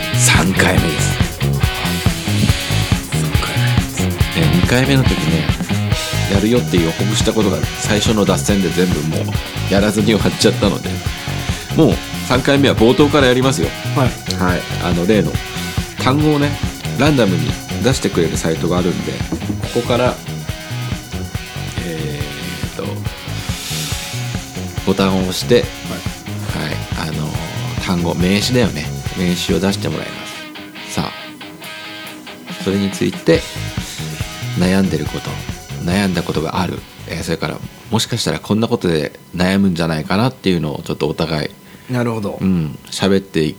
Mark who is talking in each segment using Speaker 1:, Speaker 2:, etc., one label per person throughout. Speaker 1: 回目ですえ2回目の時ねやるよって予告したことが最初の脱線で全部もうやらずに終わっちゃったのでもう3回目は冒頭からやりますよ
Speaker 2: はい
Speaker 1: はいあの例の単語をねランダムに出してくれるサイトがあるんでここからえー、っとボタンを押してはい、あのー単語名詞だよね名詞を出してもらいますさあそれについて悩んでること悩んだことがある、えーそれからもしかしたらこんなことで悩むんじゃないかなっていうのをちょっとお互い
Speaker 2: なるほど
Speaker 1: うん喋ってい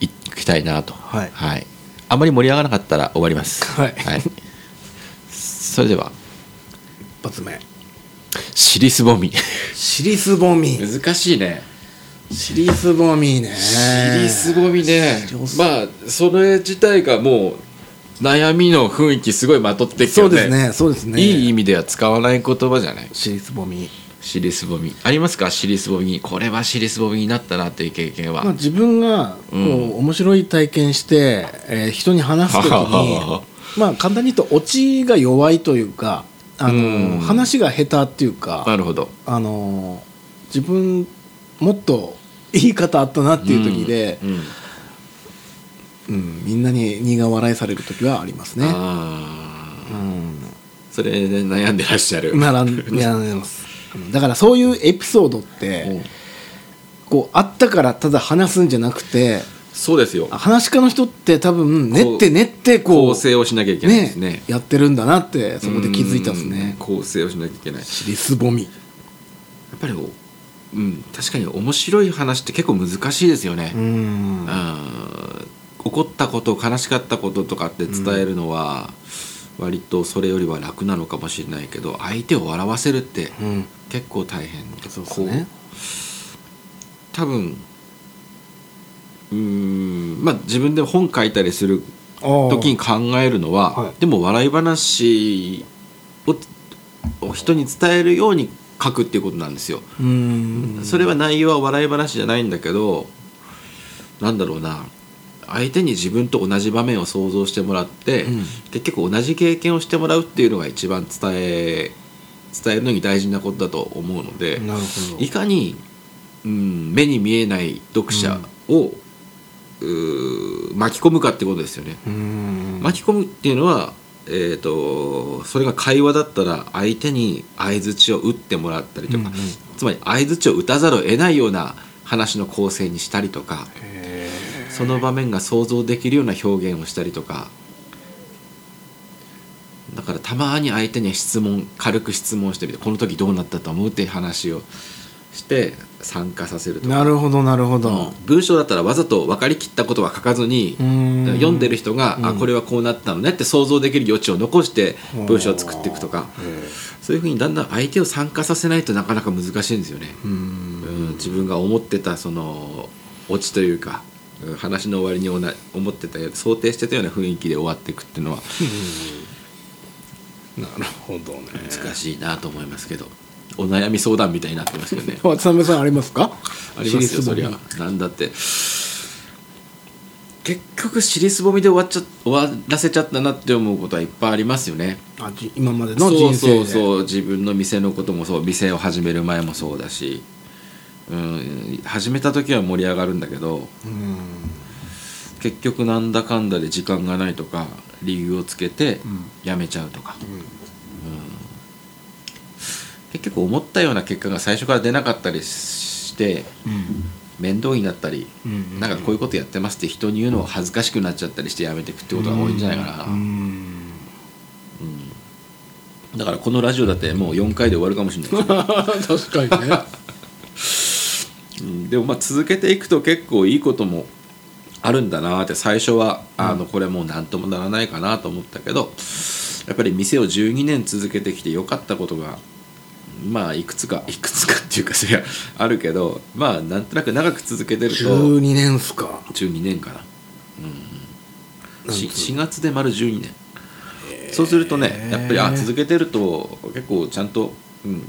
Speaker 1: いきたいなと
Speaker 2: はい
Speaker 1: あまり盛り上がらなかったら終わります
Speaker 2: はい
Speaker 1: それでは
Speaker 2: 一発目
Speaker 1: 尻すぼみ
Speaker 2: 尻すぼみ
Speaker 1: 難しいね
Speaker 2: 尻すぼみね
Speaker 1: 尻すぼみね
Speaker 2: 尻す
Speaker 1: まあそれ自体がもう悩みの雰囲気すごいまとってきて
Speaker 2: そうですねそうですね
Speaker 1: いい意
Speaker 2: い
Speaker 1: 味では使わない言葉じゃない
Speaker 2: 尻すぼみ
Speaker 1: 尻すぼみありますか尻すぼみこれは尻すぼみになったなっていう経験は、
Speaker 2: まあ、自分がこう面白い体験して、えー人に話す時
Speaker 1: はは は
Speaker 2: に
Speaker 1: は
Speaker 2: まあ簡単に言うとオチが弱いというかあの
Speaker 1: うん
Speaker 2: 話が下手っていうか
Speaker 1: なるほど
Speaker 2: あの自分もっと言い方あったなっていう時で、
Speaker 1: うんうん
Speaker 2: うんみんなに苦笑いされる時はありますね。
Speaker 1: ああ
Speaker 2: うん
Speaker 1: それで悩んでらっしゃる、
Speaker 2: 並んでますうんだからそういうエピソードっ
Speaker 1: うん
Speaker 2: てこうあったからただ話すんじゃなくて
Speaker 1: そうですよ
Speaker 2: 話し家の人って多分練って練ってこ
Speaker 1: 構
Speaker 2: う
Speaker 1: 成をしなきゃいけないで
Speaker 2: ね
Speaker 1: すね
Speaker 2: やってるんだなってそこで気づいたですね
Speaker 1: うん構成をしなきゃいけないや
Speaker 2: 尻すぼみ
Speaker 1: っぱりおうん確かに面白い話って結構難しいですよね、
Speaker 2: うん
Speaker 1: うん怒ったこと悲しかったこととかって伝えるのは割とそれよりは楽なのかもしれないけど相手を笑わせるって
Speaker 2: うん
Speaker 1: 結構大変で
Speaker 2: そうですね
Speaker 1: 多分うーんまあ自分で本書いたりする時に考えるのは、
Speaker 2: はい
Speaker 1: でも笑い話をを人に伝えるように書くっていうことなんですよ。
Speaker 2: うん
Speaker 1: それは内容は笑い話じゃないんだけどなんだろうな相手に自分と同じ場面を想像してもらって、
Speaker 2: うん
Speaker 1: 結局同じ経験をしてもらうっていうのが一番伝え伝えるのに大事なことだと思うので
Speaker 2: なるほ
Speaker 1: いかに、うん、目に見えない読者を、うー巻き込むかってことですよね。
Speaker 2: どうん
Speaker 1: 巻き込むっていうのは、えー、とそれが会話だったら相手に相づちを打ってもらったりとか、
Speaker 2: うんうん
Speaker 1: つまり相づちを打たざるを得ないような話の構成にしたりとか
Speaker 2: へー
Speaker 1: その場面が想像できるような表現をしたりとかだからたまに相手に質問軽く質問してみてこの時どうなったと思うっていう話をして参加させるとか
Speaker 2: なるほどなるほど
Speaker 1: 文章だったらわざと分かりきったことは書かずに、
Speaker 2: うん
Speaker 1: 読んでる人が、あ
Speaker 2: うん
Speaker 1: これはこうなったのねって想像できる余地を残して文章を作っていくとかそういうふうにだんだん相手を参加させないとなかなか難しいんですよね、
Speaker 2: うん
Speaker 1: うん自分が思ってたそのオチというかうん話の終わりにおな思ってたよ想定してたような雰囲気で終わっていくっていうのは
Speaker 2: なるほどね
Speaker 1: 難しいなと思いますけど、お悩み相談みたいになってます けどね
Speaker 2: 渡辺さんありますか
Speaker 1: ありますよ
Speaker 2: 尻ぼ
Speaker 1: そ
Speaker 2: み
Speaker 1: りゃなんだって結局尻すぼみで終わっちゃ終わらせちゃったなって思うことはいっぱいありますよね
Speaker 2: あじ今までの
Speaker 1: そう
Speaker 2: 人生で
Speaker 1: そうそう自分の店のこともそう店を始める前もそうだし、うん、始めた時は盛り上がるんだけど
Speaker 2: うん
Speaker 1: 結局なんだかんだで時間がないとか理由をつけて辞めちゃうとか、うん結局思ったような結果が最初から出なかったりして面倒になったり、
Speaker 2: うんうん
Speaker 1: なんかこういうことやってますって人に言うのを恥ずかしくなっちゃったりしてやめてくってことが多いんじゃないかな、
Speaker 2: うん
Speaker 1: だからこのラジオだってもう4回で終わるかもしれないですね
Speaker 2: 確かに ね
Speaker 1: うんでもまあ続けていくと結構いいこともあるんだなって最初はあのこれもう何ともならないかなと思ったけどやっぱり店を12年続けてきて良かったことがまあいくつかいくつかっていうかそりゃあるけどまあなんとなく長く続けてると
Speaker 2: 12年っすか
Speaker 1: 12年かな、うん、
Speaker 2: なんつう
Speaker 1: し4月で丸12年そうするとねやっぱりあ続けてると結構ちゃんとうん、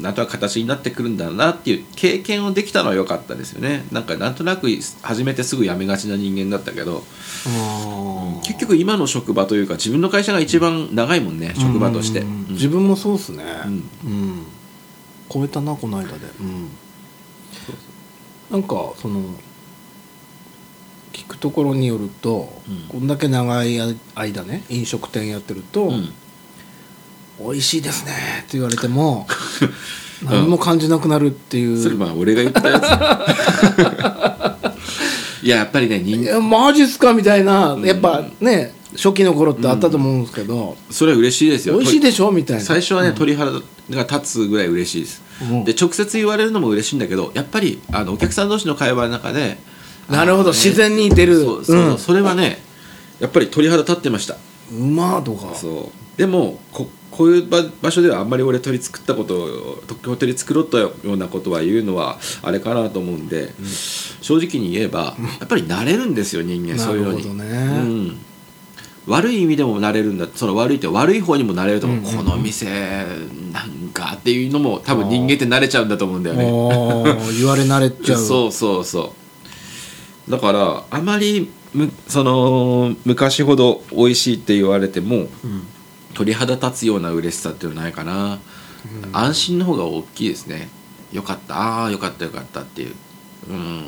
Speaker 1: なんとなく形になってくるんだなっていう経験をできたのは良かったですよねなんかなんとなく始めてすぐ辞めがちな人間だったけど
Speaker 2: あ
Speaker 1: 結局今の職場というか自分の会社が一番長いもんね職場として、うん
Speaker 2: 自分もそうっすね
Speaker 1: うん
Speaker 2: うん超えたなこの間でうんなんかその聞くところによると、
Speaker 1: うん
Speaker 2: こんだけ長い間ね飲食店やってると、
Speaker 1: うん
Speaker 2: 美味しいですねって言われ ても何も感じなくなるっていう、
Speaker 1: それまあ俺が言ったや ついややっぱりね
Speaker 2: い
Speaker 1: 人
Speaker 2: やマジっすかみたいなやっぱね初期の頃ってあったと思うんですけど、
Speaker 1: それは嬉しいですよ
Speaker 2: 美味しいでしょみたいな
Speaker 1: 最初はね、鳥肌が立つぐらい嬉しいです、
Speaker 2: うん
Speaker 1: で直接言われるのも嬉しいんだけどやっぱりあのお客さん同士の会話の中で
Speaker 2: なるほ
Speaker 1: あのね
Speaker 2: ど自然に出る
Speaker 1: そうそうそう
Speaker 2: うん
Speaker 1: それはねやっぱり鳥肌立ってました
Speaker 2: うまーとか
Speaker 1: そうでもここういう場場所ではあんまり俺鳥作ったことをと鳥作ろうったようなことは言うのはあれかなと思うんで、正直に言えばやっぱり慣れるんですよ人間
Speaker 2: な
Speaker 1: そういう
Speaker 2: る
Speaker 1: の
Speaker 2: ほ
Speaker 1: に。
Speaker 2: どね、
Speaker 1: うん、悪い意味でもなれるんだその悪いって悪い方にもなれると思う、
Speaker 2: うんうんうん
Speaker 1: この店なんかっていうのも多分人間って慣れちゃうんだと思うんだよね
Speaker 2: おー言われ慣れち ゃう
Speaker 1: そうそうそうだからあまりむその昔ほど美味しいって言われても
Speaker 2: うん
Speaker 1: 鳥肌立つような嬉しさっていうのはないかな、安心の方が大きいですねよかったああよかったよかったっていううん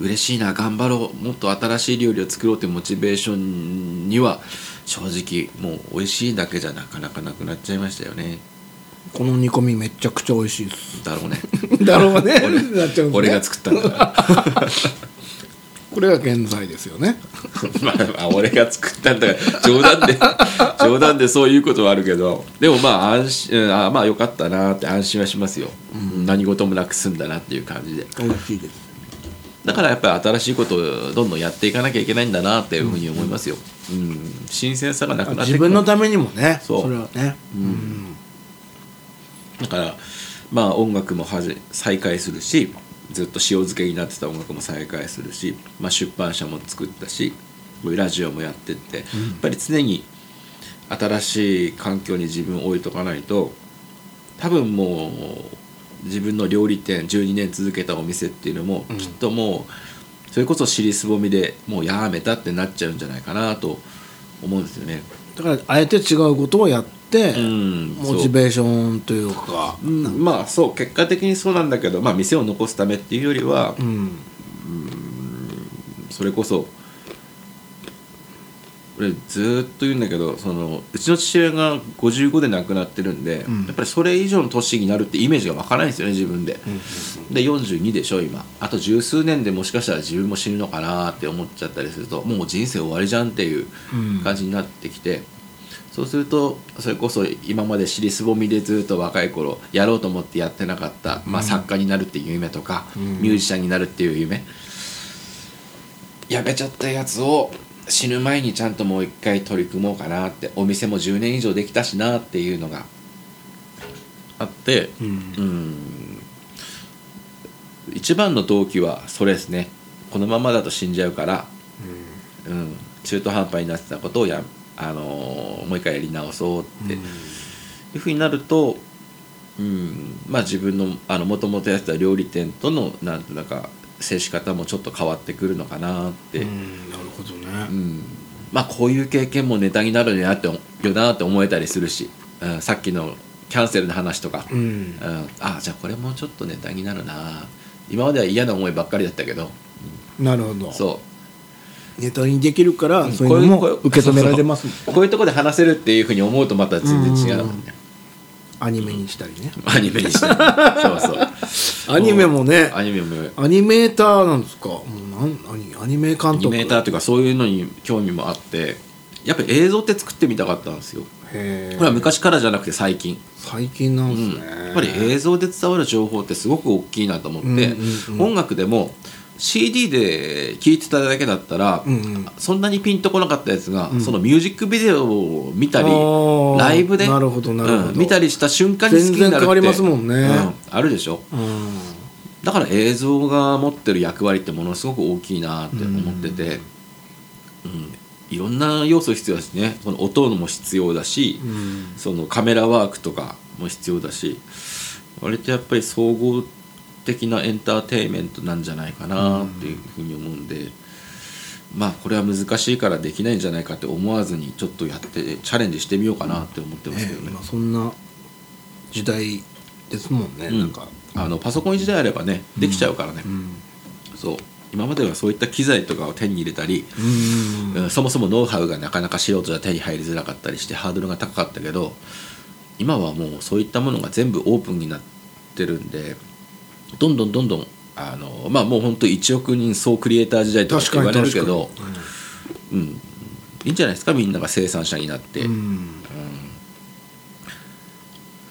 Speaker 1: 嬉しいな頑張ろうもっと新しい料理を作ろうというモチベーションには正直もう美味しいだけじゃなかなかなくなっちゃいましたよね
Speaker 2: この煮込みめちゃくちゃ美味しいっ す
Speaker 1: だろうね
Speaker 2: だろうね
Speaker 1: 俺
Speaker 2: なっちゃうんですね
Speaker 1: 俺が 作ったんだから
Speaker 2: これが現在ですよね
Speaker 1: まあまあ俺が作ったんだから冗談で冗談でそういうことはあるけどでもまあ安心、うんあまあよかったなって安心はしますよ、何事もなく済んだなっていう感じで
Speaker 2: 美味しいです
Speaker 1: だからやっぱり新しいことをどんどんやっていかなきゃいけないんだなっていうふうに思いますよ、うん新鮮さがなくなって
Speaker 2: 自分のためにもね
Speaker 1: そう
Speaker 2: れはねうん
Speaker 1: だからまあ音楽もはじ再開するしずっと塩漬けになってた音楽も再開するし、まあ、出版社も作ったしラジオもやってって、やっぱり常に新しい環境に自分を置いとかないと多分もう自分の料理店12年続けたお店っていうのも、きっともうそれこそ尻すぼみでもうやめたってなっちゃうんじゃないかなと思うんですよね。
Speaker 2: だからあえて違うことをやって、
Speaker 1: うん
Speaker 2: モチベーションというか
Speaker 1: うん、まあそう結果的にそうなんだけど、まあ、店を残すためっていうよりは、
Speaker 2: うん
Speaker 1: それこそ俺ずーっと言うんだけどそのうちの父親が55で亡くなってるんで、
Speaker 2: ん
Speaker 1: やっぱりそれ以上の年になるってイメージが湧かないんですよね自分で、で42でしょ今あと十数年でもしかしたら自分も死ぬのかなって思っちゃったりするともう人生終わりじゃんっていう
Speaker 2: うん
Speaker 1: 感じになってきて、そうするとそれこそ今まで尻すぼみでずっと若い頃やろうと思ってやってなかった、まあ、作家になるっていう夢とか、
Speaker 2: ん
Speaker 1: ミュージシャンになるっていう夢、やめちゃったやつを死ぬ前にちゃんともう一回取り組もうかなってお店も10年以上できたしなっていうのがあって
Speaker 2: うん
Speaker 1: うん一番の動機はそれですねこのままだと死んじゃうから、うん、中途半端になってたことをや、あのーもう一回やり直そうって、いうふうになると、うんまあ、自分のあの元々やってた料理店とのなんとなか接し方もちょっと変わってくるのかなって、
Speaker 2: う
Speaker 1: うん
Speaker 2: んなるほどね、
Speaker 1: まあこういう経験もネタになるよなってよなって思えたりするし、うん、さっきのキャンセルの話とか、
Speaker 2: う
Speaker 1: うん
Speaker 2: ん
Speaker 1: あじゃあこれもちょっとネタになるな今までは嫌な思いばっかりだったけど
Speaker 2: なるほど
Speaker 1: そう
Speaker 2: ネタにできるから、
Speaker 1: うん
Speaker 2: そういうの
Speaker 1: こう
Speaker 2: も
Speaker 1: いうこういう
Speaker 2: 受け止められますもん
Speaker 1: こういうとこで話せるっていうふうに思うとまた全然違うもんね
Speaker 2: アニメにしたりね、
Speaker 1: アニメにして そうそう
Speaker 2: アニメもね
Speaker 1: アニメも
Speaker 2: アニメーターなんですかもうなん何アニメ監
Speaker 1: アニ
Speaker 2: 督
Speaker 1: メーターというかそういうのに興味もあってやっぱり映像って作ってみたかったんですよ
Speaker 2: へえ
Speaker 1: これは昔からじゃなくて最近、
Speaker 2: 最近なんですね、
Speaker 1: やっぱり映像で伝わる情報ってすごく大きいなと思って、
Speaker 2: うんうんうん
Speaker 1: 音楽でも CD で聴いてただけだったら、
Speaker 2: うんうん
Speaker 1: そんなにピンとこなかったやつが、そのミュージックビデオを見たり
Speaker 2: あー
Speaker 1: ライブで
Speaker 2: なるほどなるほど
Speaker 1: うん見たりした瞬間に好きになるって
Speaker 2: 全然変わりますもんね
Speaker 1: うんあるでしょ
Speaker 2: うん
Speaker 1: だから映像が持ってる役割ってものすごく大きいなって思ってて、うんいろんな要素必要だしねその音も必要だし、
Speaker 2: うん
Speaker 1: そのカメラワークとかも必要だし割とやっぱり総合的なエンターテインメントなんじゃないかなっていうふうに思うんで、まあこれは難しいからできないんじゃないかって思わずにちょっとやってチャレンジしてみようかなって思ってますけどね。
Speaker 2: 今そんな時代ですもんね、
Speaker 1: うん
Speaker 2: なんか、
Speaker 1: あのパソコン時代あればねできちゃうからね、
Speaker 2: うん、
Speaker 1: そう今まではそういった機材とかを手に入れたり、
Speaker 2: うん
Speaker 1: うんそもそもノウハウがなかなか素人じゃ手に入りづらかったりしてハードルが高かったけど今はもうそういったものが全部オープンになってるんでどんどんどんどんあのまあもう本当1億人総クリエイター時代とかって
Speaker 2: 確
Speaker 1: 言
Speaker 2: か
Speaker 1: わ
Speaker 2: に
Speaker 1: れ
Speaker 2: 確
Speaker 1: る
Speaker 2: か
Speaker 1: けど、
Speaker 2: に
Speaker 1: うん、いいんじゃないですかみんなが生産者になって、
Speaker 2: うんうん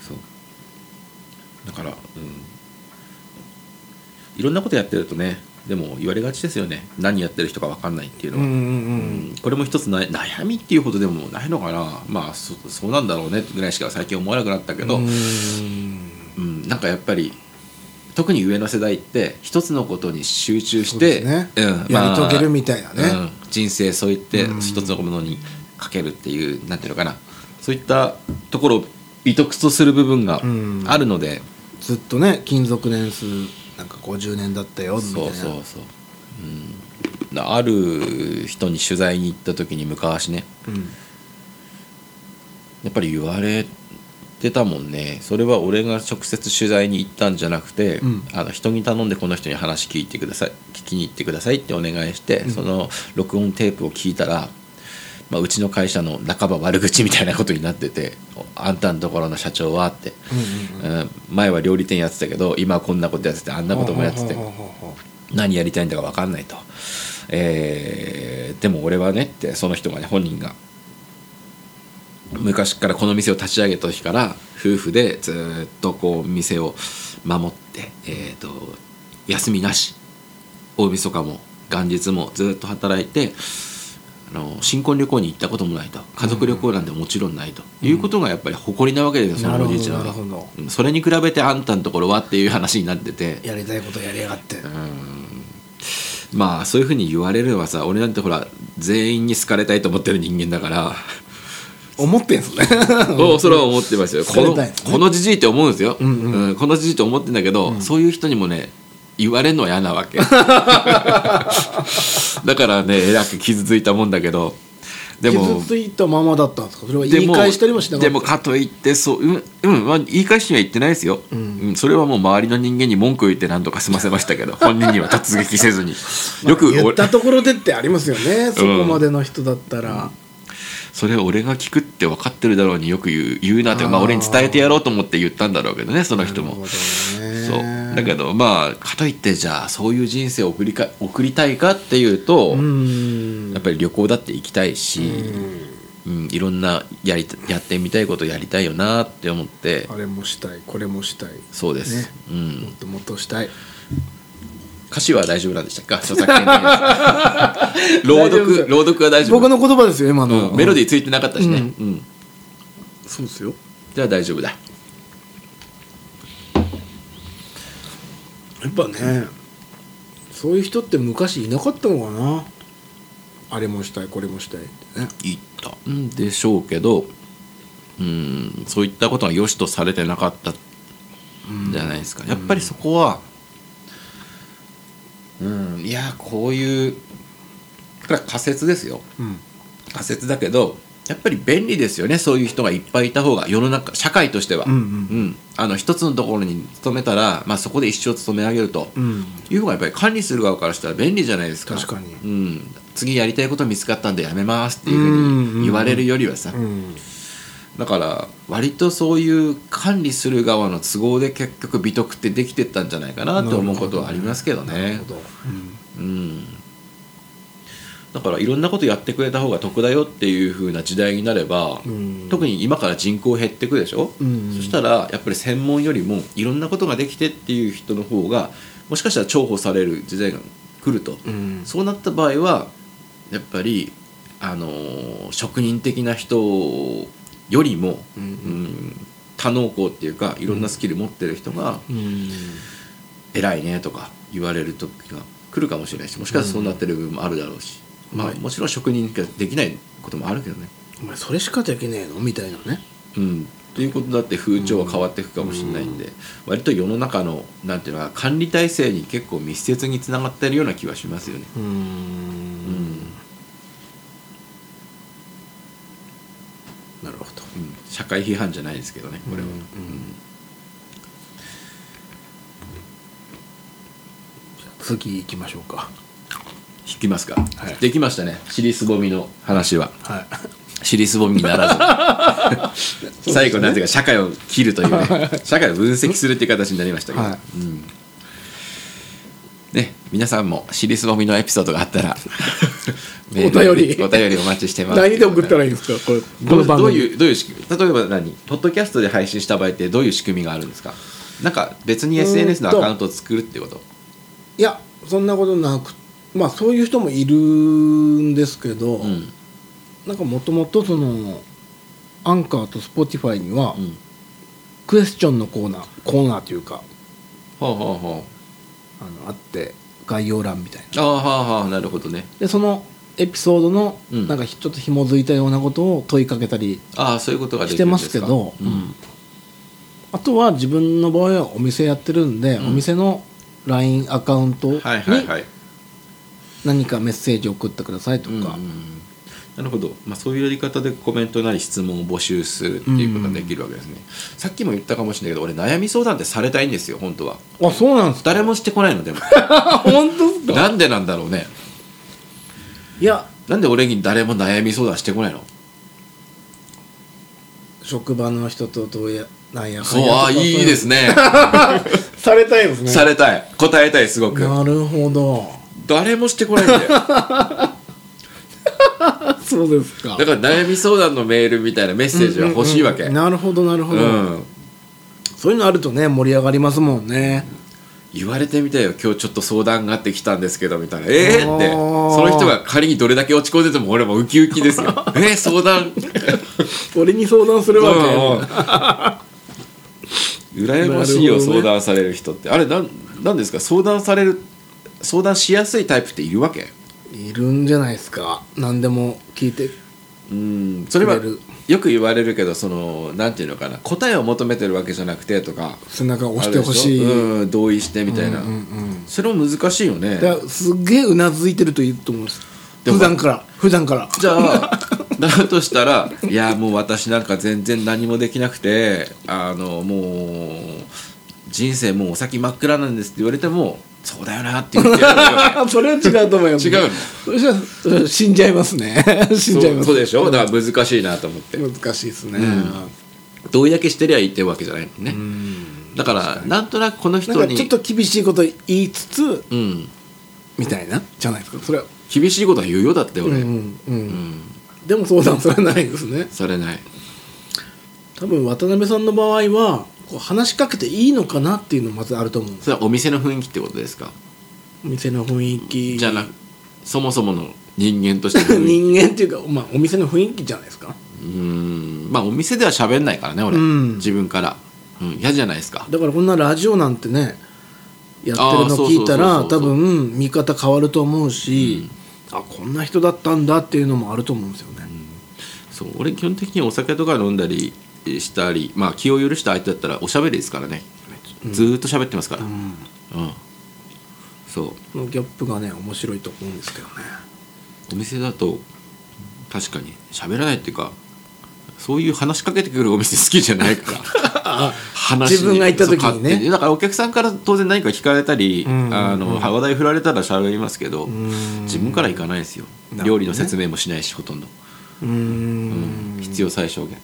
Speaker 1: そうだからうんいろんなことやってるとねでも言われがちですよね何やってる人か分かんないっていうの
Speaker 2: う
Speaker 1: は、
Speaker 2: んうんう
Speaker 1: うんんこれも一つな悩みっていうほどでもないのかなまあそそうなんだろうねぐらいしか最近思わなくなったけど、う
Speaker 2: う
Speaker 1: ん
Speaker 2: ん
Speaker 1: なんかやっぱり特に上の世代って一つのことに集中し
Speaker 2: そうで
Speaker 1: て
Speaker 2: すね
Speaker 1: うん
Speaker 2: やり遂げるみたいなね
Speaker 1: うん人生そういって
Speaker 2: うん
Speaker 1: 一つのものにかけるっていう、なんていうのかなそういったところを美徳とする部分が
Speaker 2: うん
Speaker 1: あるので、
Speaker 2: ずっとね金属年数なんか50年だったよみたい
Speaker 1: そう
Speaker 2: な
Speaker 1: そうそう、うん、だある人に取材に行った時に昔ね
Speaker 2: うん
Speaker 1: やっぱり言われてたもんねそれは俺が直接取材に行ったんじゃなくて、
Speaker 2: うん
Speaker 1: あの人に頼んでこの人に話聞いてください聞きに行ってくださいってお願いして、その録音テープを聞いたら、まあ、うちの会社の半ば悪口みたいなことになってて「あんたのところの社長は?」って、うん前は料理店やってたけど今はこんなことやっててあんなこともやってて
Speaker 2: ほうほうほうほ
Speaker 1: 何やりたいんだか分かんないと、えーでも俺はねってその人がね本人が昔からこの店を立ち上げた時から夫婦でずーっとこう店を守って、えー、と休みなし大晦日も元日もずーっと働いてあの新婚旅行に行ったこともないと家族旅行なんてもちろんないと、いうことがやっぱり誇りなわけですよそのおじいちゃん
Speaker 2: なる
Speaker 1: は
Speaker 2: ほどなるほ
Speaker 1: うんそれに比べてあんたのところはっていう話になってて
Speaker 2: うやりたいことやりやがって
Speaker 1: まあそういうふうに言われるのはさ俺なんてほら全員に好かれたいと思ってる人間だから、
Speaker 2: 思ってんすね
Speaker 1: おそれは思ってますよ
Speaker 2: 好
Speaker 1: こ
Speaker 2: かれ
Speaker 1: の
Speaker 2: たいですね
Speaker 1: このじじいって思うんですよ、
Speaker 2: んうん
Speaker 1: このじじいって思ってんだけど、そういう人にもね言われるのは嫌なわけ だからねえらく傷ついたもんだけど でも
Speaker 2: 傷ついたままだったんですかそれは
Speaker 1: で
Speaker 2: 言い返したりもしなかった
Speaker 1: でもかといってそううん、うんまあ、言い返しには言ってないですよ、
Speaker 2: ん
Speaker 1: うんそれはもう周りの人間に文句を言ってなんとか済ませましたけど本人には突撃せず によく
Speaker 2: 言っ
Speaker 1: 俺
Speaker 2: たところでってありますよねそこまでの人だったら、
Speaker 1: それ俺が聞くって分かってるだろうによく言う言うなってまあ
Speaker 2: あー
Speaker 1: 俺に伝えてやろうと思って言ったんだろうけどねその人
Speaker 2: なるほ
Speaker 1: も。
Speaker 2: どね
Speaker 1: そうだけどまあかといってじゃあそういう人生を送りか送りたいかっていうと、
Speaker 2: うん
Speaker 1: やっぱり旅行だって行きたいし、うんいろんなやりたやってみたいことやりたいよなって思って、
Speaker 2: あれもしたいこれもしたい
Speaker 1: そうです、
Speaker 2: ね
Speaker 1: うん
Speaker 2: もっともっとしたい
Speaker 1: 歌詞は大丈夫なんでしたか著作権の朗
Speaker 2: 大丈夫で
Speaker 1: 読
Speaker 2: す
Speaker 1: 朗読は大丈夫
Speaker 2: 僕の言葉ですよ今の、
Speaker 1: うんメロデ
Speaker 2: ィ
Speaker 1: ィーついてなかったしね、うん
Speaker 2: そうですよ
Speaker 1: じゃあ大丈夫だ
Speaker 2: やっぱねそういう人って昔いなかったのかなあれもしたいこれもしたいってね
Speaker 1: 言ったんでしょうけどうんそういったことが良しとされてなかったんじゃないですか、やっぱりそこはうんいやこういうこれは仮説ですよ
Speaker 2: うん
Speaker 1: 仮説だけどやっぱり便利ですよねそういう人がいっぱいいた方が世の中社会としては、
Speaker 2: うんうん
Speaker 1: あの一つのところに勤めたら、まあ、そこで一生勤め上げると、
Speaker 2: うん
Speaker 1: いう方がやっぱり管理する側からしたら便利じゃないですか
Speaker 2: 確かに
Speaker 1: うん、次やりたいこと見つかったんでやめますっていうふうに言われるよりはさ、
Speaker 2: うん
Speaker 1: だから割とそういう管理する側の都合で結局美徳ってできてったんじゃないかなって思うことはありますけど
Speaker 2: なる
Speaker 1: ね
Speaker 2: ほど、
Speaker 1: うん、だからいろんなことやってくれた方が得だよっていう風な時代になれば、
Speaker 2: うん
Speaker 1: 特に今から人口減ってくでしょ、
Speaker 2: うん
Speaker 1: そしたらやっぱり専門よりもいろんなことができてっていう人の方がもしかしたら重宝される時代が来ると、
Speaker 2: うん
Speaker 1: そうなった場合はやっぱり、あのー職人的な人よりも、
Speaker 2: うん
Speaker 1: うん多能工っていうかいろんなスキル持ってる人が、
Speaker 2: うん
Speaker 1: 偉いねとか言われる時が来るかもしれないしもしかしたらそうなってる部分もあるだろうし、
Speaker 2: うん
Speaker 1: まあ
Speaker 2: はい
Speaker 1: もちろん職人ができないこともあるけどね、
Speaker 2: お前それしかできねえのみたいなね
Speaker 1: うん、っていうことだって風潮は変わっていくかもしれないんで、割と世の中のなんていうのは管理体制に結構密接につながってるような気はしますよね。
Speaker 2: うーんなるほど
Speaker 1: うん社会批判じゃないですけどねこれは、
Speaker 2: うんうんじゃあ次行きましょうか
Speaker 1: 引きますか、
Speaker 2: はい
Speaker 1: できましたね尻すぼみの話は
Speaker 2: はい
Speaker 1: 尻すぼみにならず 最後なぜか社会を切るというね社会を分析するっていう形になりましたけど、
Speaker 2: はい
Speaker 1: うんね、皆さんも尻すぼみのエピソードがあったらメール
Speaker 2: お便り
Speaker 1: お便りお待ちしてます
Speaker 2: 何で送ったらいいんですかこれこ
Speaker 1: ど
Speaker 2: の
Speaker 1: う
Speaker 2: 番
Speaker 1: どう
Speaker 2: 組
Speaker 1: いうどういう仕組み例えば何ポッドキャストで配信した場合ってどういう仕組みがあるんですかなんか別に SNS のアカウントを作るってこと
Speaker 2: いやそんなことなくまあそういう人もいるんですけど、
Speaker 1: うん
Speaker 2: なんかもともとそのアンカーとスポティファイには、
Speaker 1: うん
Speaker 2: クエスチョンのコーナーコーナーというか
Speaker 1: ほうほうほ
Speaker 2: あのあって概要欄みたいな
Speaker 1: うああはあはあなるほどね
Speaker 2: でそのエピソードの
Speaker 1: うん
Speaker 2: なんかひちょっと紐づいたようなことを問いかけたり
Speaker 1: ああそういうことがで
Speaker 2: し
Speaker 1: き
Speaker 2: て
Speaker 1: るんで
Speaker 2: ます
Speaker 1: か
Speaker 2: すけど、
Speaker 1: う
Speaker 2: うんんあとは自分の場合はお店やってるんで、
Speaker 1: うん
Speaker 2: お店の LINE アカウントに
Speaker 1: はいはいはい
Speaker 2: 何かメッセージ送ってくださいと
Speaker 1: うんうん
Speaker 2: か、
Speaker 1: なるほど、まあ、そういうやり方でコメントなり質問を募集するっていうことができるわけですね、さっきも言ったかもしれないけど俺悩み相談ってされたいんですよ本当は
Speaker 2: あそうなんですか
Speaker 1: 誰もしてこないので も
Speaker 2: 本当ですか
Speaker 1: なんでなんだろうね
Speaker 2: いや
Speaker 1: なんで俺に誰も悩み相談してこないの
Speaker 2: 職場の人とどうやなんやか
Speaker 1: そ
Speaker 2: ん
Speaker 1: う
Speaker 2: やとか
Speaker 1: ああいいです ね
Speaker 2: されたいですね
Speaker 1: されたい答えたいすごく
Speaker 2: なるほど
Speaker 1: 誰もしてこないん だよだか
Speaker 2: あ そうですから
Speaker 1: 悩み相談のメールみたいなメッセージは欲しいわけ
Speaker 2: うんうんうんなるほどなるほど、
Speaker 1: うん
Speaker 2: そういうのあるとね盛り上がりますもんね
Speaker 1: 言われてみたよ今日ちょっと相談があってきたんですけどみたいな「えー!」って
Speaker 2: あ
Speaker 1: そ
Speaker 2: ー
Speaker 1: の人が仮にどれだけ落ち込んでても俺もウキウキ ですよえー、相談
Speaker 2: 俺に相談するわけ、
Speaker 1: うんうん羨ましいよ、
Speaker 2: なるほど
Speaker 1: 相
Speaker 2: ね
Speaker 1: 談される人ってあれなんなんですか相談される相談しやすいタイプっているわけ
Speaker 2: いるんじゃないですか何でも聞いて
Speaker 1: うんそれは
Speaker 2: くれる
Speaker 1: よく言われるけどそのなんていうのかな答えを求めてるわけじゃなくてとか
Speaker 2: 背中を押してほし
Speaker 1: あるでょ
Speaker 2: い
Speaker 1: うん同意してみたいな、
Speaker 2: うんうん
Speaker 1: それも難しいよね
Speaker 2: だからすっげえうなずいてるといいと思うんです
Speaker 1: でも
Speaker 2: 普段から普段から
Speaker 1: じゃあだとしたらいやもう私なんか全然何もできなくてあのもう人生もうお先真っ暗なんですって言われてもそうだよなって言ってやるよ
Speaker 2: それは違うと思います
Speaker 1: 違うの
Speaker 2: それじゃそれ死んじゃいますね 死んじゃい
Speaker 1: そう
Speaker 2: ます
Speaker 1: そうでしょだから難しいなと思って
Speaker 2: 難しいですね、
Speaker 1: 同意だけしてりゃいいってわけじゃないのねだからなんとなくこの
Speaker 2: なん
Speaker 1: 人
Speaker 2: か
Speaker 1: に
Speaker 2: ちょっと厳しいこと言いつつ
Speaker 1: うん
Speaker 2: みたいなじゃないですかそれは
Speaker 1: 厳しいことは言うよだって
Speaker 2: うん
Speaker 1: 俺、
Speaker 2: うんうん、
Speaker 1: うん
Speaker 2: でも相談されないですね
Speaker 1: されない
Speaker 2: 多分渡辺さんの場合はこう話しかけていいのかなっていうのもまずあると思うんです
Speaker 1: それはお店の雰囲気ってことですか
Speaker 2: 店の雰囲気
Speaker 1: じゃなくそもそもの人間としての雰囲 気
Speaker 2: 人間っていうか、まあ、お店の雰囲気じゃないですか
Speaker 1: うーんまあお店では喋んないからね俺、
Speaker 2: うん
Speaker 1: 自分から、うん、嫌じゃないですか
Speaker 2: だからこんなラジオなんてねやって
Speaker 1: あー
Speaker 2: るの聞いた
Speaker 1: そ
Speaker 2: ら
Speaker 1: うそ
Speaker 2: 多
Speaker 1: うそうそう
Speaker 2: 分見方変わると思うし、あこんな人だったんだっていうのもあると思うんですよね、
Speaker 1: そう俺基本的にお酒とか飲んだりしたりまあ気を許した相手だったらおしゃべりですからね、ずーっと喋ってますからうん、そう
Speaker 2: このギャップがね面白いと思うんですけど ね
Speaker 1: お店だと確かに喋らないっていうかそういう話しかけてくるお店好きじゃないから 話に
Speaker 2: 自分が行った時にね
Speaker 1: そう勝手だからお客さんから当然何か聞かれたり、
Speaker 2: うん
Speaker 1: あの話題振られたら喋りますけど、
Speaker 2: ん
Speaker 1: 自分から行かないですよ、
Speaker 2: なるほどね
Speaker 1: 料理の説明もしないしほとんど、
Speaker 2: うーん
Speaker 1: うん必要最小限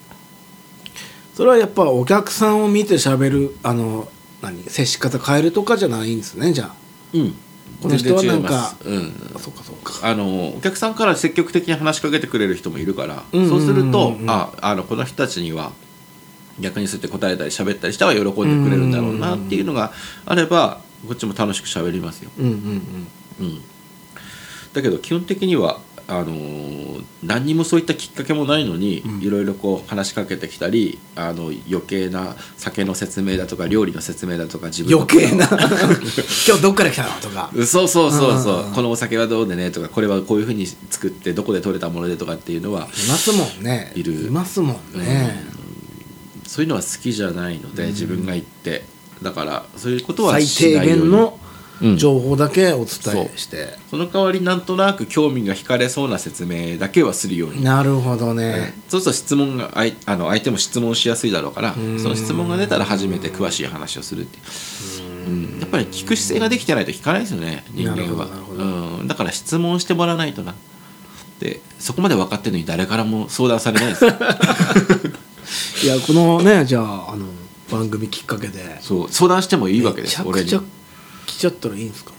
Speaker 2: それはやっぱお客さんを見て喋るあの何接し方変えるとかじゃないんですねじゃあ
Speaker 1: うん
Speaker 2: この人は
Speaker 1: 全然違い
Speaker 2: なんか
Speaker 1: ますうん
Speaker 2: あそうかそうか
Speaker 1: あのお客さんから積極的に話しかけてくれる人もいるから、
Speaker 2: うんうんうんうん
Speaker 1: そうするとああのこの人たちには逆にそうやって答えたり喋ったりしたら喜んでくれるんだろうなっていうのがあればこっちも楽しく喋りますよ、
Speaker 2: うんうんうん
Speaker 1: うん、だけど基本的にはあのー何にもそういったきっかけもないのに、いろいろこう話しかけてきたりあの余計な酒の説明だとか料理の説明だとか自分の
Speaker 2: 余計な今日どっから来たのとか
Speaker 1: そうそうそう
Speaker 2: うん
Speaker 1: そ
Speaker 2: うんう
Speaker 1: うんこのお酒はどうでねとかこれはこういうふうに作ってどこで取れたものでとかっていうのはい
Speaker 2: ますもんね
Speaker 1: いる
Speaker 2: ますもんね、
Speaker 1: そういうのは好きじゃないので、
Speaker 2: うん
Speaker 1: 自分が言ってだからそういうことは
Speaker 2: 最
Speaker 1: し
Speaker 2: 低
Speaker 1: ないように
Speaker 2: 限の
Speaker 1: うん
Speaker 2: 情報だけお伝えして、
Speaker 1: その代わりなんとなく興味が惹かれそうな説明だけはするように、
Speaker 2: なるほどね、
Speaker 1: そうすると質問があいあの相手も質問しやすいだろうから
Speaker 2: ん
Speaker 1: その質問が出たら初めて詳しい話をするっていう、うんやっぱり聞く姿勢ができてないと聞かないですよね人
Speaker 2: なる
Speaker 1: 間
Speaker 2: ほど
Speaker 1: は
Speaker 2: なるほど
Speaker 1: うん、だから質問してもらわないとなでそこまで分かってるのに誰からも相談されない ですよ
Speaker 2: いやこのねじゃああの番組きっかけで
Speaker 1: そう相談してもいいわけです
Speaker 2: めちゃ
Speaker 1: 俺
Speaker 2: く
Speaker 1: に
Speaker 2: ちゃ来ちゃったらいいんですか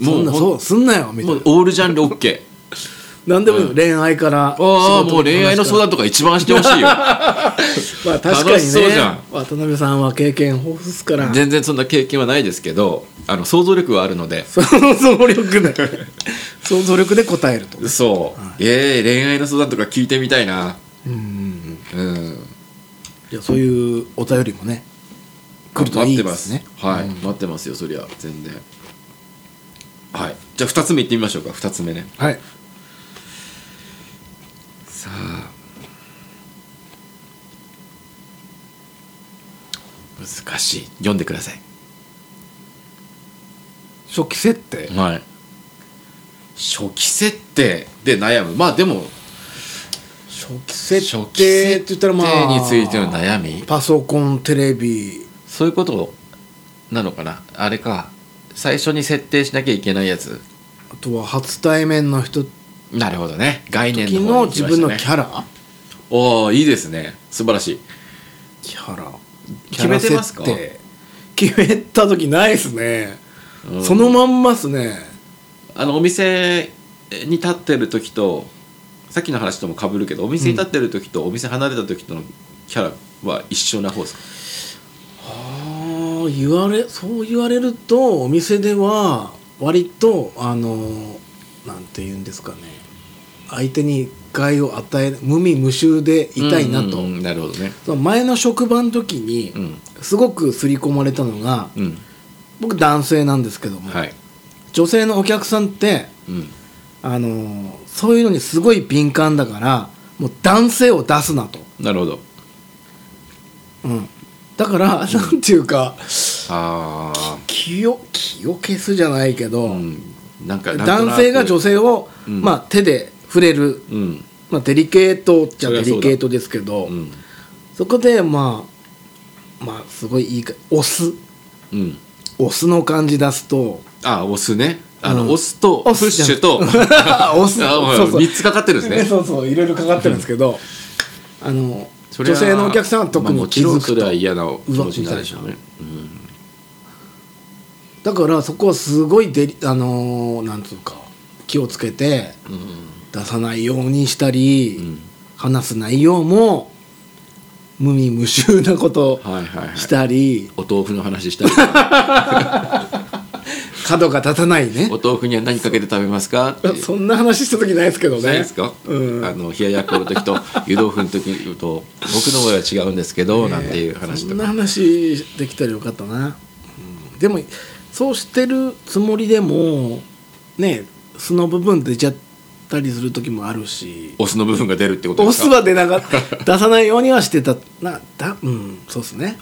Speaker 1: もう
Speaker 2: そんな
Speaker 1: ほん
Speaker 2: そうすんなよみた
Speaker 1: も
Speaker 2: いうな
Speaker 1: オールジャンル OK
Speaker 2: 何でもいいよ、
Speaker 1: うん
Speaker 2: 恋愛から
Speaker 1: ああもう恋愛の相談とか一番してほ しいよ
Speaker 2: まあ確か
Speaker 1: 楽
Speaker 2: に
Speaker 1: し
Speaker 2: ね
Speaker 1: そうじゃん
Speaker 2: 渡辺さんは経験豊富ですから
Speaker 1: 全然そんな経験はないですけどあの想像力はあるので
Speaker 2: 想像力 で想像力で答えると
Speaker 1: そう、ええ恋愛の相談とか聞いてみたいな
Speaker 2: うん
Speaker 1: うん
Speaker 2: いやそういうお便りもね来るといいですね
Speaker 1: 待ってますはい、待ってますよそりゃ全然はいじゃあ2つ目いってみましょうか2つ目ね
Speaker 2: はい
Speaker 1: さあ難しい読んでください
Speaker 2: 初期設定
Speaker 1: はい初期設定で悩むまあでも
Speaker 2: 初期設定って言ったらまあ
Speaker 1: 初期設定についての悩み
Speaker 2: パソコンテレビ
Speaker 1: そういうことなのかなあれか最初に設定しなきゃいけないやつ
Speaker 2: あとは初対面の人
Speaker 1: なるほどね概念の
Speaker 2: 時の
Speaker 1: 方に行き
Speaker 2: 自
Speaker 1: ましたね
Speaker 2: 分のキャラ
Speaker 1: おおいいですね素晴らしい
Speaker 2: キャラ
Speaker 1: 決めてますか
Speaker 2: キャラ設定決めた時ないですね、
Speaker 1: うん
Speaker 2: そのまんまっすね
Speaker 1: あのお店に立ってる時とさっきの話ともかぶるけどお店に立ってる時とお店離れた時とのキャラは一緒な方ですか、
Speaker 2: ああ言われそう言われるとお店では割とあのなんて言うんですかね相手に害を与え無味無臭でいたいなと、
Speaker 1: うんうんうんなるほどね
Speaker 2: その前の職場の時に
Speaker 1: うん
Speaker 2: すごく刷り込まれたのが、
Speaker 1: うん
Speaker 2: 僕男性なんですけども、
Speaker 1: はい
Speaker 2: 女性のお客さんって
Speaker 1: うん
Speaker 2: あのーそういうのにすごい敏感だからもう男性を出すなと、
Speaker 1: なるほど
Speaker 2: うん、だから、なんていうか
Speaker 1: ああ
Speaker 2: 気を気を消すじゃないけど、
Speaker 1: うんなんか
Speaker 2: 男性が女
Speaker 1: 性
Speaker 2: 性を、
Speaker 1: うん
Speaker 2: まあ、手で触れる、
Speaker 1: うん
Speaker 2: まあ、デリケートっちゃ
Speaker 1: そりゃ
Speaker 2: デ
Speaker 1: そうだ
Speaker 2: リケートですけどそ,、
Speaker 1: うん
Speaker 2: こでまあまあすごいいいか押す
Speaker 1: うん
Speaker 2: 押すの感じ出 すと
Speaker 1: あ押すねあの、
Speaker 2: うん
Speaker 1: 押すとプ
Speaker 2: 押
Speaker 1: ッ
Speaker 2: すじゃん
Speaker 1: シュと
Speaker 2: 押す
Speaker 1: あもう
Speaker 2: そうそう
Speaker 1: 三つかかってるんですね
Speaker 2: そうそういろいろかかってるんですけどあの
Speaker 1: それ
Speaker 2: 女
Speaker 1: は
Speaker 2: 性のお客さんは特
Speaker 1: まあ
Speaker 2: に
Speaker 1: も
Speaker 2: 気
Speaker 1: ちろ
Speaker 2: づ
Speaker 1: ん
Speaker 2: く
Speaker 1: そ
Speaker 2: と、
Speaker 1: れは嫌な気持ちになるでしょうね
Speaker 2: だからそこはすごいデリあのーなんつうか気をつけて
Speaker 1: うん
Speaker 2: 出さないようにしたり、
Speaker 1: うん
Speaker 2: 話す内容も無味無臭なこと
Speaker 1: うんはいはいはい
Speaker 2: したり、
Speaker 1: お豆腐の話したりとか
Speaker 2: 角が立たないね
Speaker 1: お豆腐には何かけて食べますかっていう
Speaker 2: そんな話した時ないですけどね
Speaker 1: ないですか、
Speaker 2: うん、
Speaker 1: あの冷ややっこの時と湯豆腐の時と僕の場合は違うんですけど、なんていう話
Speaker 2: そ
Speaker 1: と
Speaker 2: んな
Speaker 1: か
Speaker 2: 話できたらよかったな、うんでもそうしてるつもりでもね素の部分出ちゃったりする時もあるし
Speaker 1: オスの部分が出るってこと
Speaker 2: オ
Speaker 1: です
Speaker 2: ス
Speaker 1: か
Speaker 2: は出なかっ出さないようにはしてたなだうんそうですね、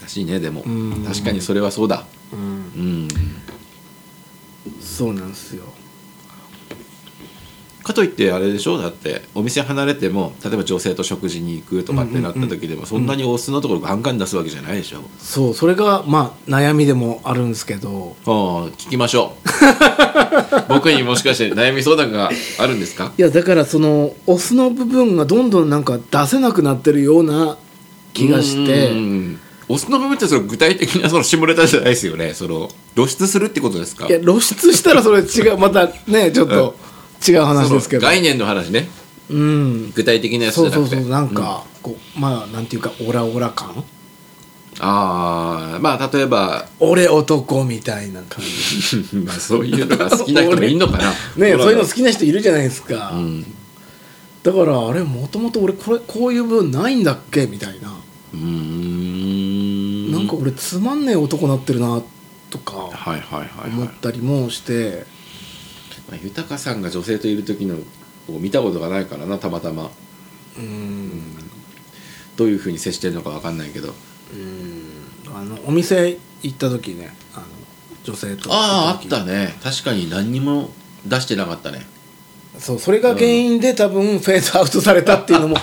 Speaker 1: 難しいねでも
Speaker 2: うん
Speaker 1: 確かにそれはそうだ
Speaker 2: うん、
Speaker 1: うん
Speaker 2: そうなんですよ
Speaker 1: かといってあれでしょだってお店離れても例えば女性と食事に行くとかってなった時でも、そんなにオスのところガンガン出すわけじゃないでしょ、
Speaker 2: そうそれがまあ悩みでもあるんですけど
Speaker 1: ああ聞きましょ う僕にもしかして悩み相談があるんですか
Speaker 2: いやだからそのオスの部分がどんどんなんか出せなくなってるような気がして
Speaker 1: うんオスの部分ってその具体的なその下ネタじゃないですよねその露出するってことですか
Speaker 2: いや露出したらそれ違うまたねちょっと違う話ですけ
Speaker 1: そ
Speaker 2: ど
Speaker 1: の概念の話ね
Speaker 2: うん
Speaker 1: 具体的なやつじゃ
Speaker 2: そう
Speaker 1: なくて
Speaker 2: そうそうなん
Speaker 1: う
Speaker 2: かこうまあなんていうかオラオラ感
Speaker 1: ああまあ例えば
Speaker 2: 俺男みたいな感 じ
Speaker 1: まあそういうのが好きな人もいんのかな
Speaker 2: ねそういうの好
Speaker 1: き
Speaker 2: きな人いるじゃないですか、
Speaker 1: うん、
Speaker 2: だからあれもともと俺これこういう部分ないんだっけみたいな、
Speaker 1: うーん
Speaker 2: なんか俺つまんねえ男なってるなとか
Speaker 1: はいはいはいはい、
Speaker 2: 思
Speaker 1: ま
Speaker 2: ったりもして
Speaker 1: あ、豊さんが女性といる時のを見たことがないからなたまたま
Speaker 2: うん
Speaker 1: どういうふうに接してるのか分かんないけど
Speaker 2: うんあのお店行った時ねあの女性と
Speaker 1: あああ
Speaker 2: 行
Speaker 1: っ
Speaker 2: 時
Speaker 1: たね確かに何にも出してなかったね
Speaker 2: そうそれが原因で多分フェードアウトされたってい うのも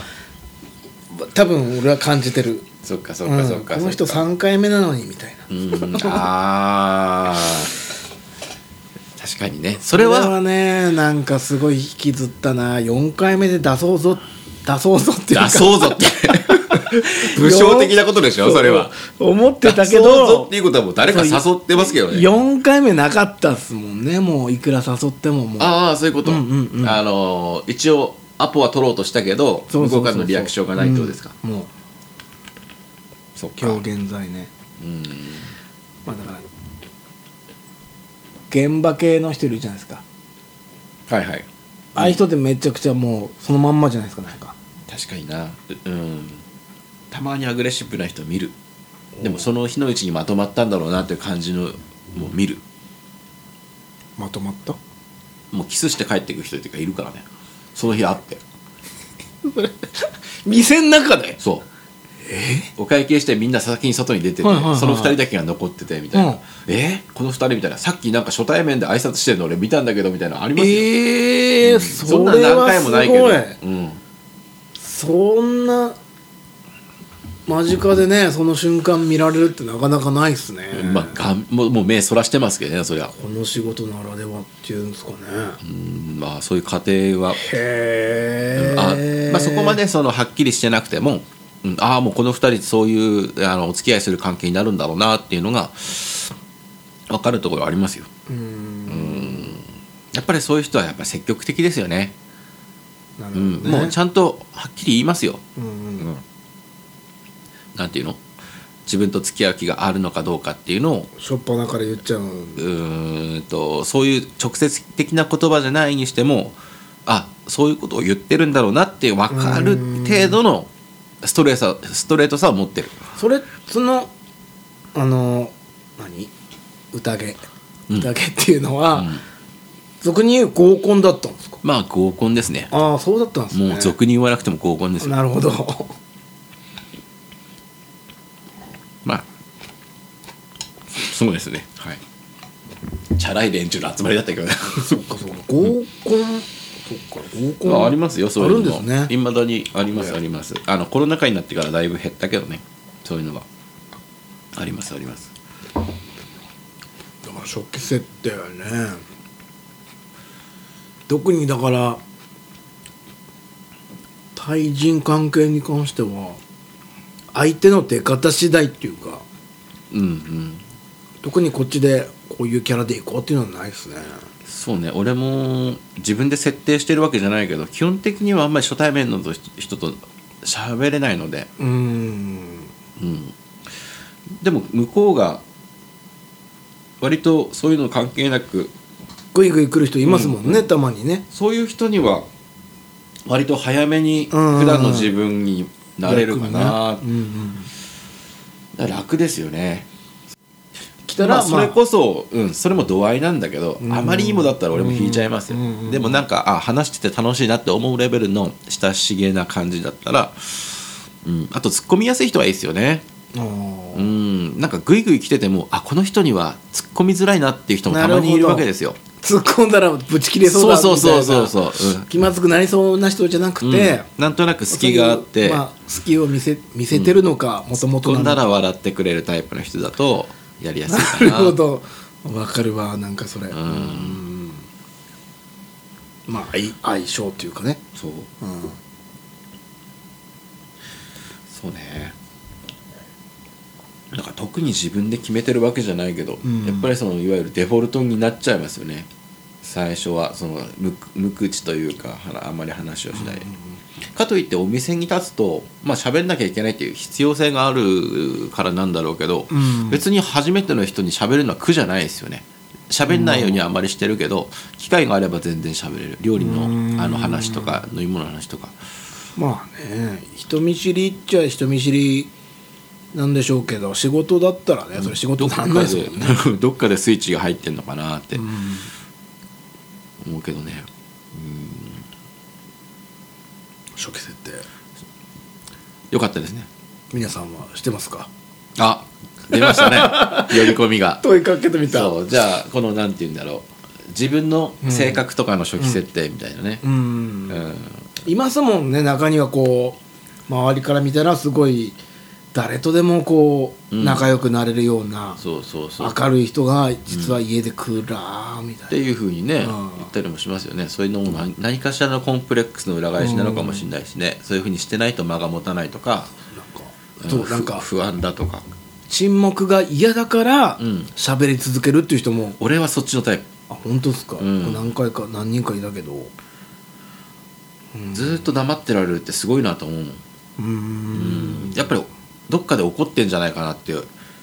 Speaker 2: 多分俺は感じてる
Speaker 1: そっかそっ
Speaker 2: う
Speaker 1: か
Speaker 2: ん
Speaker 1: そっか、
Speaker 2: この人
Speaker 1: そっか
Speaker 2: 3回目なのにみたい
Speaker 1: う
Speaker 2: な
Speaker 1: んああ確かにねそれ
Speaker 2: これ
Speaker 1: は
Speaker 2: はねなんかすごい引きずったな4回目で出そうぞ出そうぞっていうか
Speaker 1: 出そうぞって 武将的なことでしょそれは
Speaker 2: そう 思ってた
Speaker 1: 出
Speaker 2: け
Speaker 1: そうぞ
Speaker 2: ど
Speaker 1: っていうことはもう誰か誘ってますけどね
Speaker 2: 4回目なかったっすもんねもういくら誘ってももう
Speaker 1: ああそういうこと、
Speaker 2: うんうんうん
Speaker 1: あのー一応アポは取ろうとしたけど
Speaker 2: そう
Speaker 1: 向こ
Speaker 2: そうそうそう
Speaker 1: うからのリアクションがないってことですか、
Speaker 2: うんもう
Speaker 1: そっか
Speaker 2: 今日現在ね
Speaker 1: うん
Speaker 2: まあだから現場系の人いるじゃないですか
Speaker 1: はいはい
Speaker 2: ああいう人ってめちゃくちゃもうそのまんまじゃないですかなんか
Speaker 1: 確かになううんたまにアグレッシブな人見るでもその日のうちにまとまったんだろうなっていう感じのもう見る
Speaker 2: まとまった
Speaker 1: もうキスして帰っていく人とかいるからねその日会って
Speaker 2: 店の中で
Speaker 1: そうお会計してみんな先に外に出てて、
Speaker 2: はいはいはいはい
Speaker 1: その2人だけが残っててみたいな、
Speaker 2: うん
Speaker 1: えこの2人みたいなさっきなんか初対面で挨拶してるの俺見たんだけどみたいなのありますよ、
Speaker 2: ええー、そ
Speaker 1: そんな
Speaker 2: れ
Speaker 1: 何
Speaker 2: は
Speaker 1: 回
Speaker 2: す
Speaker 1: も
Speaker 2: ご
Speaker 1: ないいけど、うん、
Speaker 2: そんな間近でねその瞬間見られるってなかなかないっすね、
Speaker 1: まあがんもうもう目そらしてますけどねそりゃ、
Speaker 2: この仕事ならではっていうんですかね、
Speaker 1: うん、まあそういう過程は、
Speaker 2: へえ
Speaker 1: あまあ、そこまでそのはっきりしてなくても、うん、ああもうこの2人そういうあのお付き合いする関係になるんだろうなっていうのが分かるところはありますよ
Speaker 2: うん
Speaker 1: やっぱりそういう人はやっぱ積極的ですよね
Speaker 2: なるほ
Speaker 1: う
Speaker 2: ど
Speaker 1: ん、
Speaker 2: ね
Speaker 1: もうちゃんとはっきり言いますよ
Speaker 2: うんうん
Speaker 1: なんていうの自分と付き合う気があるのかどうかっていうのを
Speaker 2: しょっぱなから言っちゃうん
Speaker 1: うーんとそういう直接的な言葉じゃないにしてもあそういうことを言ってるんだろうなって分かる程度のストレーさストレートさを持ってる
Speaker 2: それそのあの何宴
Speaker 1: うん
Speaker 2: 宴っていうのは、
Speaker 1: ん
Speaker 2: 俗に言う合コンだったんですか
Speaker 1: まあ合コンですね
Speaker 2: ああそうだったんですね
Speaker 1: もう俗に言わなくても合コンですよ
Speaker 2: なるほど
Speaker 1: まあそうですねはいチャラい連中の集まりだったけどね
Speaker 2: そっかそっか合コンそっか合コ ン、
Speaker 1: まあありますよそういうの
Speaker 2: あるんですね
Speaker 1: いまだにありますありますあのコロナ禍になってからだいぶ減ったけどねそういうのはありますあります
Speaker 2: だから食器設定はね特にだから対人関係に関しては相手の出方次第っていうか
Speaker 1: うんうん
Speaker 2: 特にこっちでこういうキャラでいこうっていうのはないですね
Speaker 1: そうね俺も自分で設定してるわけじゃないけど基本的にはあんまり初対面の人と喋れないので、
Speaker 2: うーん
Speaker 1: うん、でも向こうが割とそういうの関係なく
Speaker 2: グイグイ来る人いますもんね、たまにね
Speaker 1: そういう人には割と早めに普
Speaker 2: うん
Speaker 1: 段の自分になれるかな、
Speaker 2: 楽にねうんうん、
Speaker 1: だから楽ですよね。
Speaker 2: 来たら、
Speaker 1: ま
Speaker 2: ま
Speaker 1: あ、
Speaker 2: あ、
Speaker 1: それこそ、うん、それも度合いなんだけど、
Speaker 2: うん
Speaker 1: あまりにもだったら俺も引いちゃいますよ、
Speaker 2: うん
Speaker 1: でもなんかあ話してて楽しいなって思うレベルの親しげな感じだったら、うん、あと突っ込みやすい人はいいですよね
Speaker 2: あ
Speaker 1: う
Speaker 2: ー
Speaker 1: んなんかグイグイ来ててもあこの人には突っ込みづらいなっていう人もたまにいるわけですよ
Speaker 2: 突っ込んだらぶち切れそうだみたい
Speaker 1: そう
Speaker 2: な
Speaker 1: そうそうそうそううん
Speaker 2: 気まずくなりそうな人じゃなくて、
Speaker 1: うんなんとなく隙があって、
Speaker 2: そういうまあ、隙を見せ見せてるのかもともと
Speaker 1: 突っ込んだ
Speaker 2: なのから
Speaker 1: 笑ってくれるタイプの人だとやりやすい
Speaker 2: な
Speaker 1: か
Speaker 2: る
Speaker 1: な
Speaker 2: ほどわかるわなんかそれうんまあ相相性というかね、
Speaker 1: そう
Speaker 2: うん、
Speaker 1: そうねなんか特に自分で決めてるわけじゃないけど、
Speaker 2: うん
Speaker 1: やっぱりそのいわゆるデフォルトになっちゃいますよね最初はその無無口というかはなあんまり話をしない、かといってお店に立つとまあ喋んなきゃいけないっていう必要性があるからなんだろうけど、
Speaker 2: うん
Speaker 1: 別に初めての人に喋るのは苦じゃないですよね喋んないようにはあんまりしてるけど機会があれば全然喋れる料理
Speaker 2: うん
Speaker 1: のあの話とか飲み物の話とか
Speaker 2: まあね人見知りっちゃ人見知りなんでしょうけど仕事だったらねそれ仕
Speaker 1: ど
Speaker 2: 事
Speaker 1: っ
Speaker 2: にな
Speaker 1: か
Speaker 2: んないですもんね、
Speaker 1: で どっかでスイッチが入ってんのかなって
Speaker 2: うん
Speaker 1: 思うけどね、
Speaker 2: 初期設定
Speaker 1: よかったですね
Speaker 2: 皆さんはしてますか
Speaker 1: あ出ま したね呼び込みが
Speaker 2: 問いかけてみた
Speaker 1: そうじゃあこのなんて言うんだろう自分の性格とかの初期設定みたいなね、
Speaker 2: う
Speaker 1: うん
Speaker 2: ん
Speaker 1: うん
Speaker 2: いますもんね中にはこう周りから見たらすごい誰とでもこう
Speaker 1: うん
Speaker 2: 仲良くなれるような
Speaker 1: そうそうそうっ
Speaker 2: 明るい人が実は家で暗ーみたいな
Speaker 1: ていうふうにね、言
Speaker 2: ん
Speaker 1: ったりもしますよねそういうのも何何かしらのコンプレックスの裏返しなのかもしれないしね、そういうふうにしてないと間が持たないとか
Speaker 2: なんかそう
Speaker 1: ふ
Speaker 2: なんか
Speaker 1: 不安だとか
Speaker 2: 沈黙が嫌だから
Speaker 1: うん
Speaker 2: 喋り続けるっていう人も
Speaker 1: 俺はそっちのタイプ
Speaker 2: あ本当ですか、
Speaker 1: うん
Speaker 2: 何回か何人かいたけどう
Speaker 1: ずーっと黙ってられるってすごいなと思うもん
Speaker 2: ーん
Speaker 1: やっぱりどっかで怒ってんじゃないかなって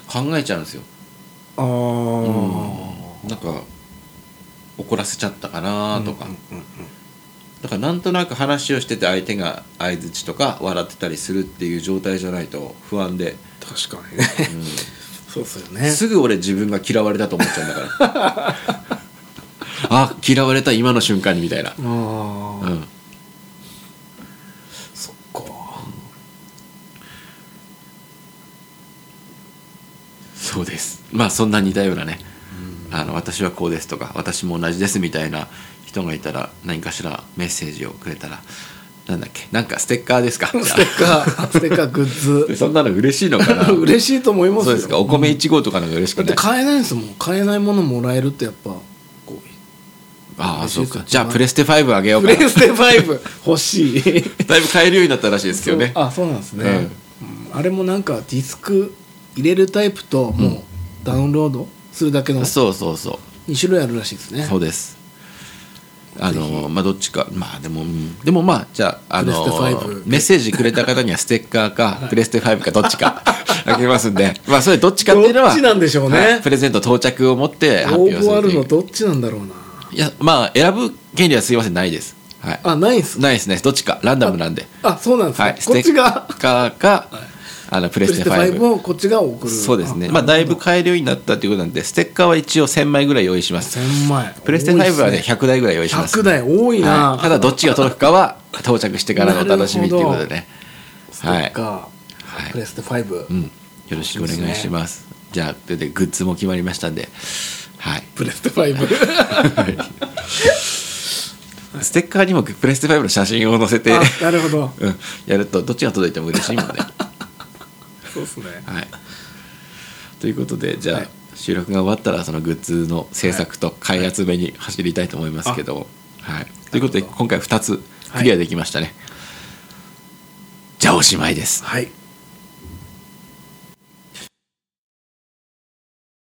Speaker 1: 考えちゃうんですよ
Speaker 2: ああ、うん
Speaker 1: なんか怒らせちゃったかなとか、
Speaker 2: うん
Speaker 1: だからなんとなく話をしてて相手が相づちとか笑ってたりするっていう状態じゃないと不安で、
Speaker 2: 確かにね そうですよね
Speaker 1: すぐ俺自分が嫌われたと思っちゃうんだから あ嫌われた今の瞬間にみたいな、
Speaker 2: あ
Speaker 1: う
Speaker 2: あ、
Speaker 1: ん、
Speaker 2: そっか
Speaker 1: そうですまあそんな似たようなね、あの私はこうですとか私も同じですみたいな人がいたら何かしらメッセージをくれたらなんだっけなんかステッカーですか
Speaker 2: ステッカ ーステッカーグッズ
Speaker 1: じゃ あそんなの嬉しいのかな
Speaker 2: 嬉しいと思いますよ
Speaker 1: そうですかお米1号とかの方が嬉し
Speaker 2: だ
Speaker 1: く
Speaker 2: っ
Speaker 1: な
Speaker 2: て
Speaker 1: い、
Speaker 2: 買えないんですもん買えないものもらえるってやっぱこう
Speaker 1: ああ
Speaker 2: 嬉しい
Speaker 1: そ
Speaker 2: で
Speaker 1: う
Speaker 2: すよ
Speaker 1: かじゃあプレステ5あげよう
Speaker 2: プ
Speaker 1: か
Speaker 2: レ
Speaker 1: な
Speaker 2: ステ5欲しい
Speaker 1: だいぶ買えるようになったらしいですけどね
Speaker 2: あそうなんですね、うんあれもなんかディスク入れるタイプともうダウンロードするだけの2
Speaker 1: そうそうそう
Speaker 2: 種類あるらしいですね
Speaker 1: そうですあのまあどっちかまあでもうんでもまあじゃああの
Speaker 2: プレステ5
Speaker 1: メッセージくれた方にはステッカーかプレステ5かどっちか あげますんでまあそれどっちかっていうのは
Speaker 2: どっちなんでしょうね
Speaker 1: はいプレゼント到着を持って発
Speaker 2: 応
Speaker 1: 表するという
Speaker 2: 募あるのどっちなんだろうない
Speaker 1: やまあ選ぶ権利はすいませんないですはい
Speaker 2: あないんす
Speaker 1: ないですねどっちかランダムなんで
Speaker 2: あそうなんですね、
Speaker 1: はい
Speaker 2: こっちが
Speaker 1: ステッカーかあのプレ
Speaker 2: プレ
Speaker 1: ス
Speaker 2: ス
Speaker 1: テ
Speaker 2: テ5
Speaker 1: 5
Speaker 2: をこっちが送る
Speaker 1: そうですね
Speaker 2: あ
Speaker 1: まあだいぶ買えるようになったということなんでステッカーは一応1000枚ぐらい用意します
Speaker 2: 1000枚
Speaker 1: プレステ5はね
Speaker 2: 多いっす
Speaker 1: 100台ぐらい用意します
Speaker 2: 100台多いな、
Speaker 1: はいただどっちが届くかは到着してからのお楽しみということでね
Speaker 2: ステ
Speaker 1: はい
Speaker 2: ッ、カー、
Speaker 1: はい
Speaker 2: プレステ5、
Speaker 1: うん、よろしくお願いしますじゃあそれでグッズも決まりましたんではい
Speaker 2: プレステ5
Speaker 1: ステッカーにもプレステ5の写真を載せて、
Speaker 2: あなるほど
Speaker 1: うん、やるとどっちが届いても嬉しいもんね
Speaker 2: そうですね
Speaker 1: はいということでじゃあ、収録が終わったらそのグッズの制作と開発目に走りたいと思いますけども、はいということで今回2つクリアできましたね、じゃあおしまいです
Speaker 2: はい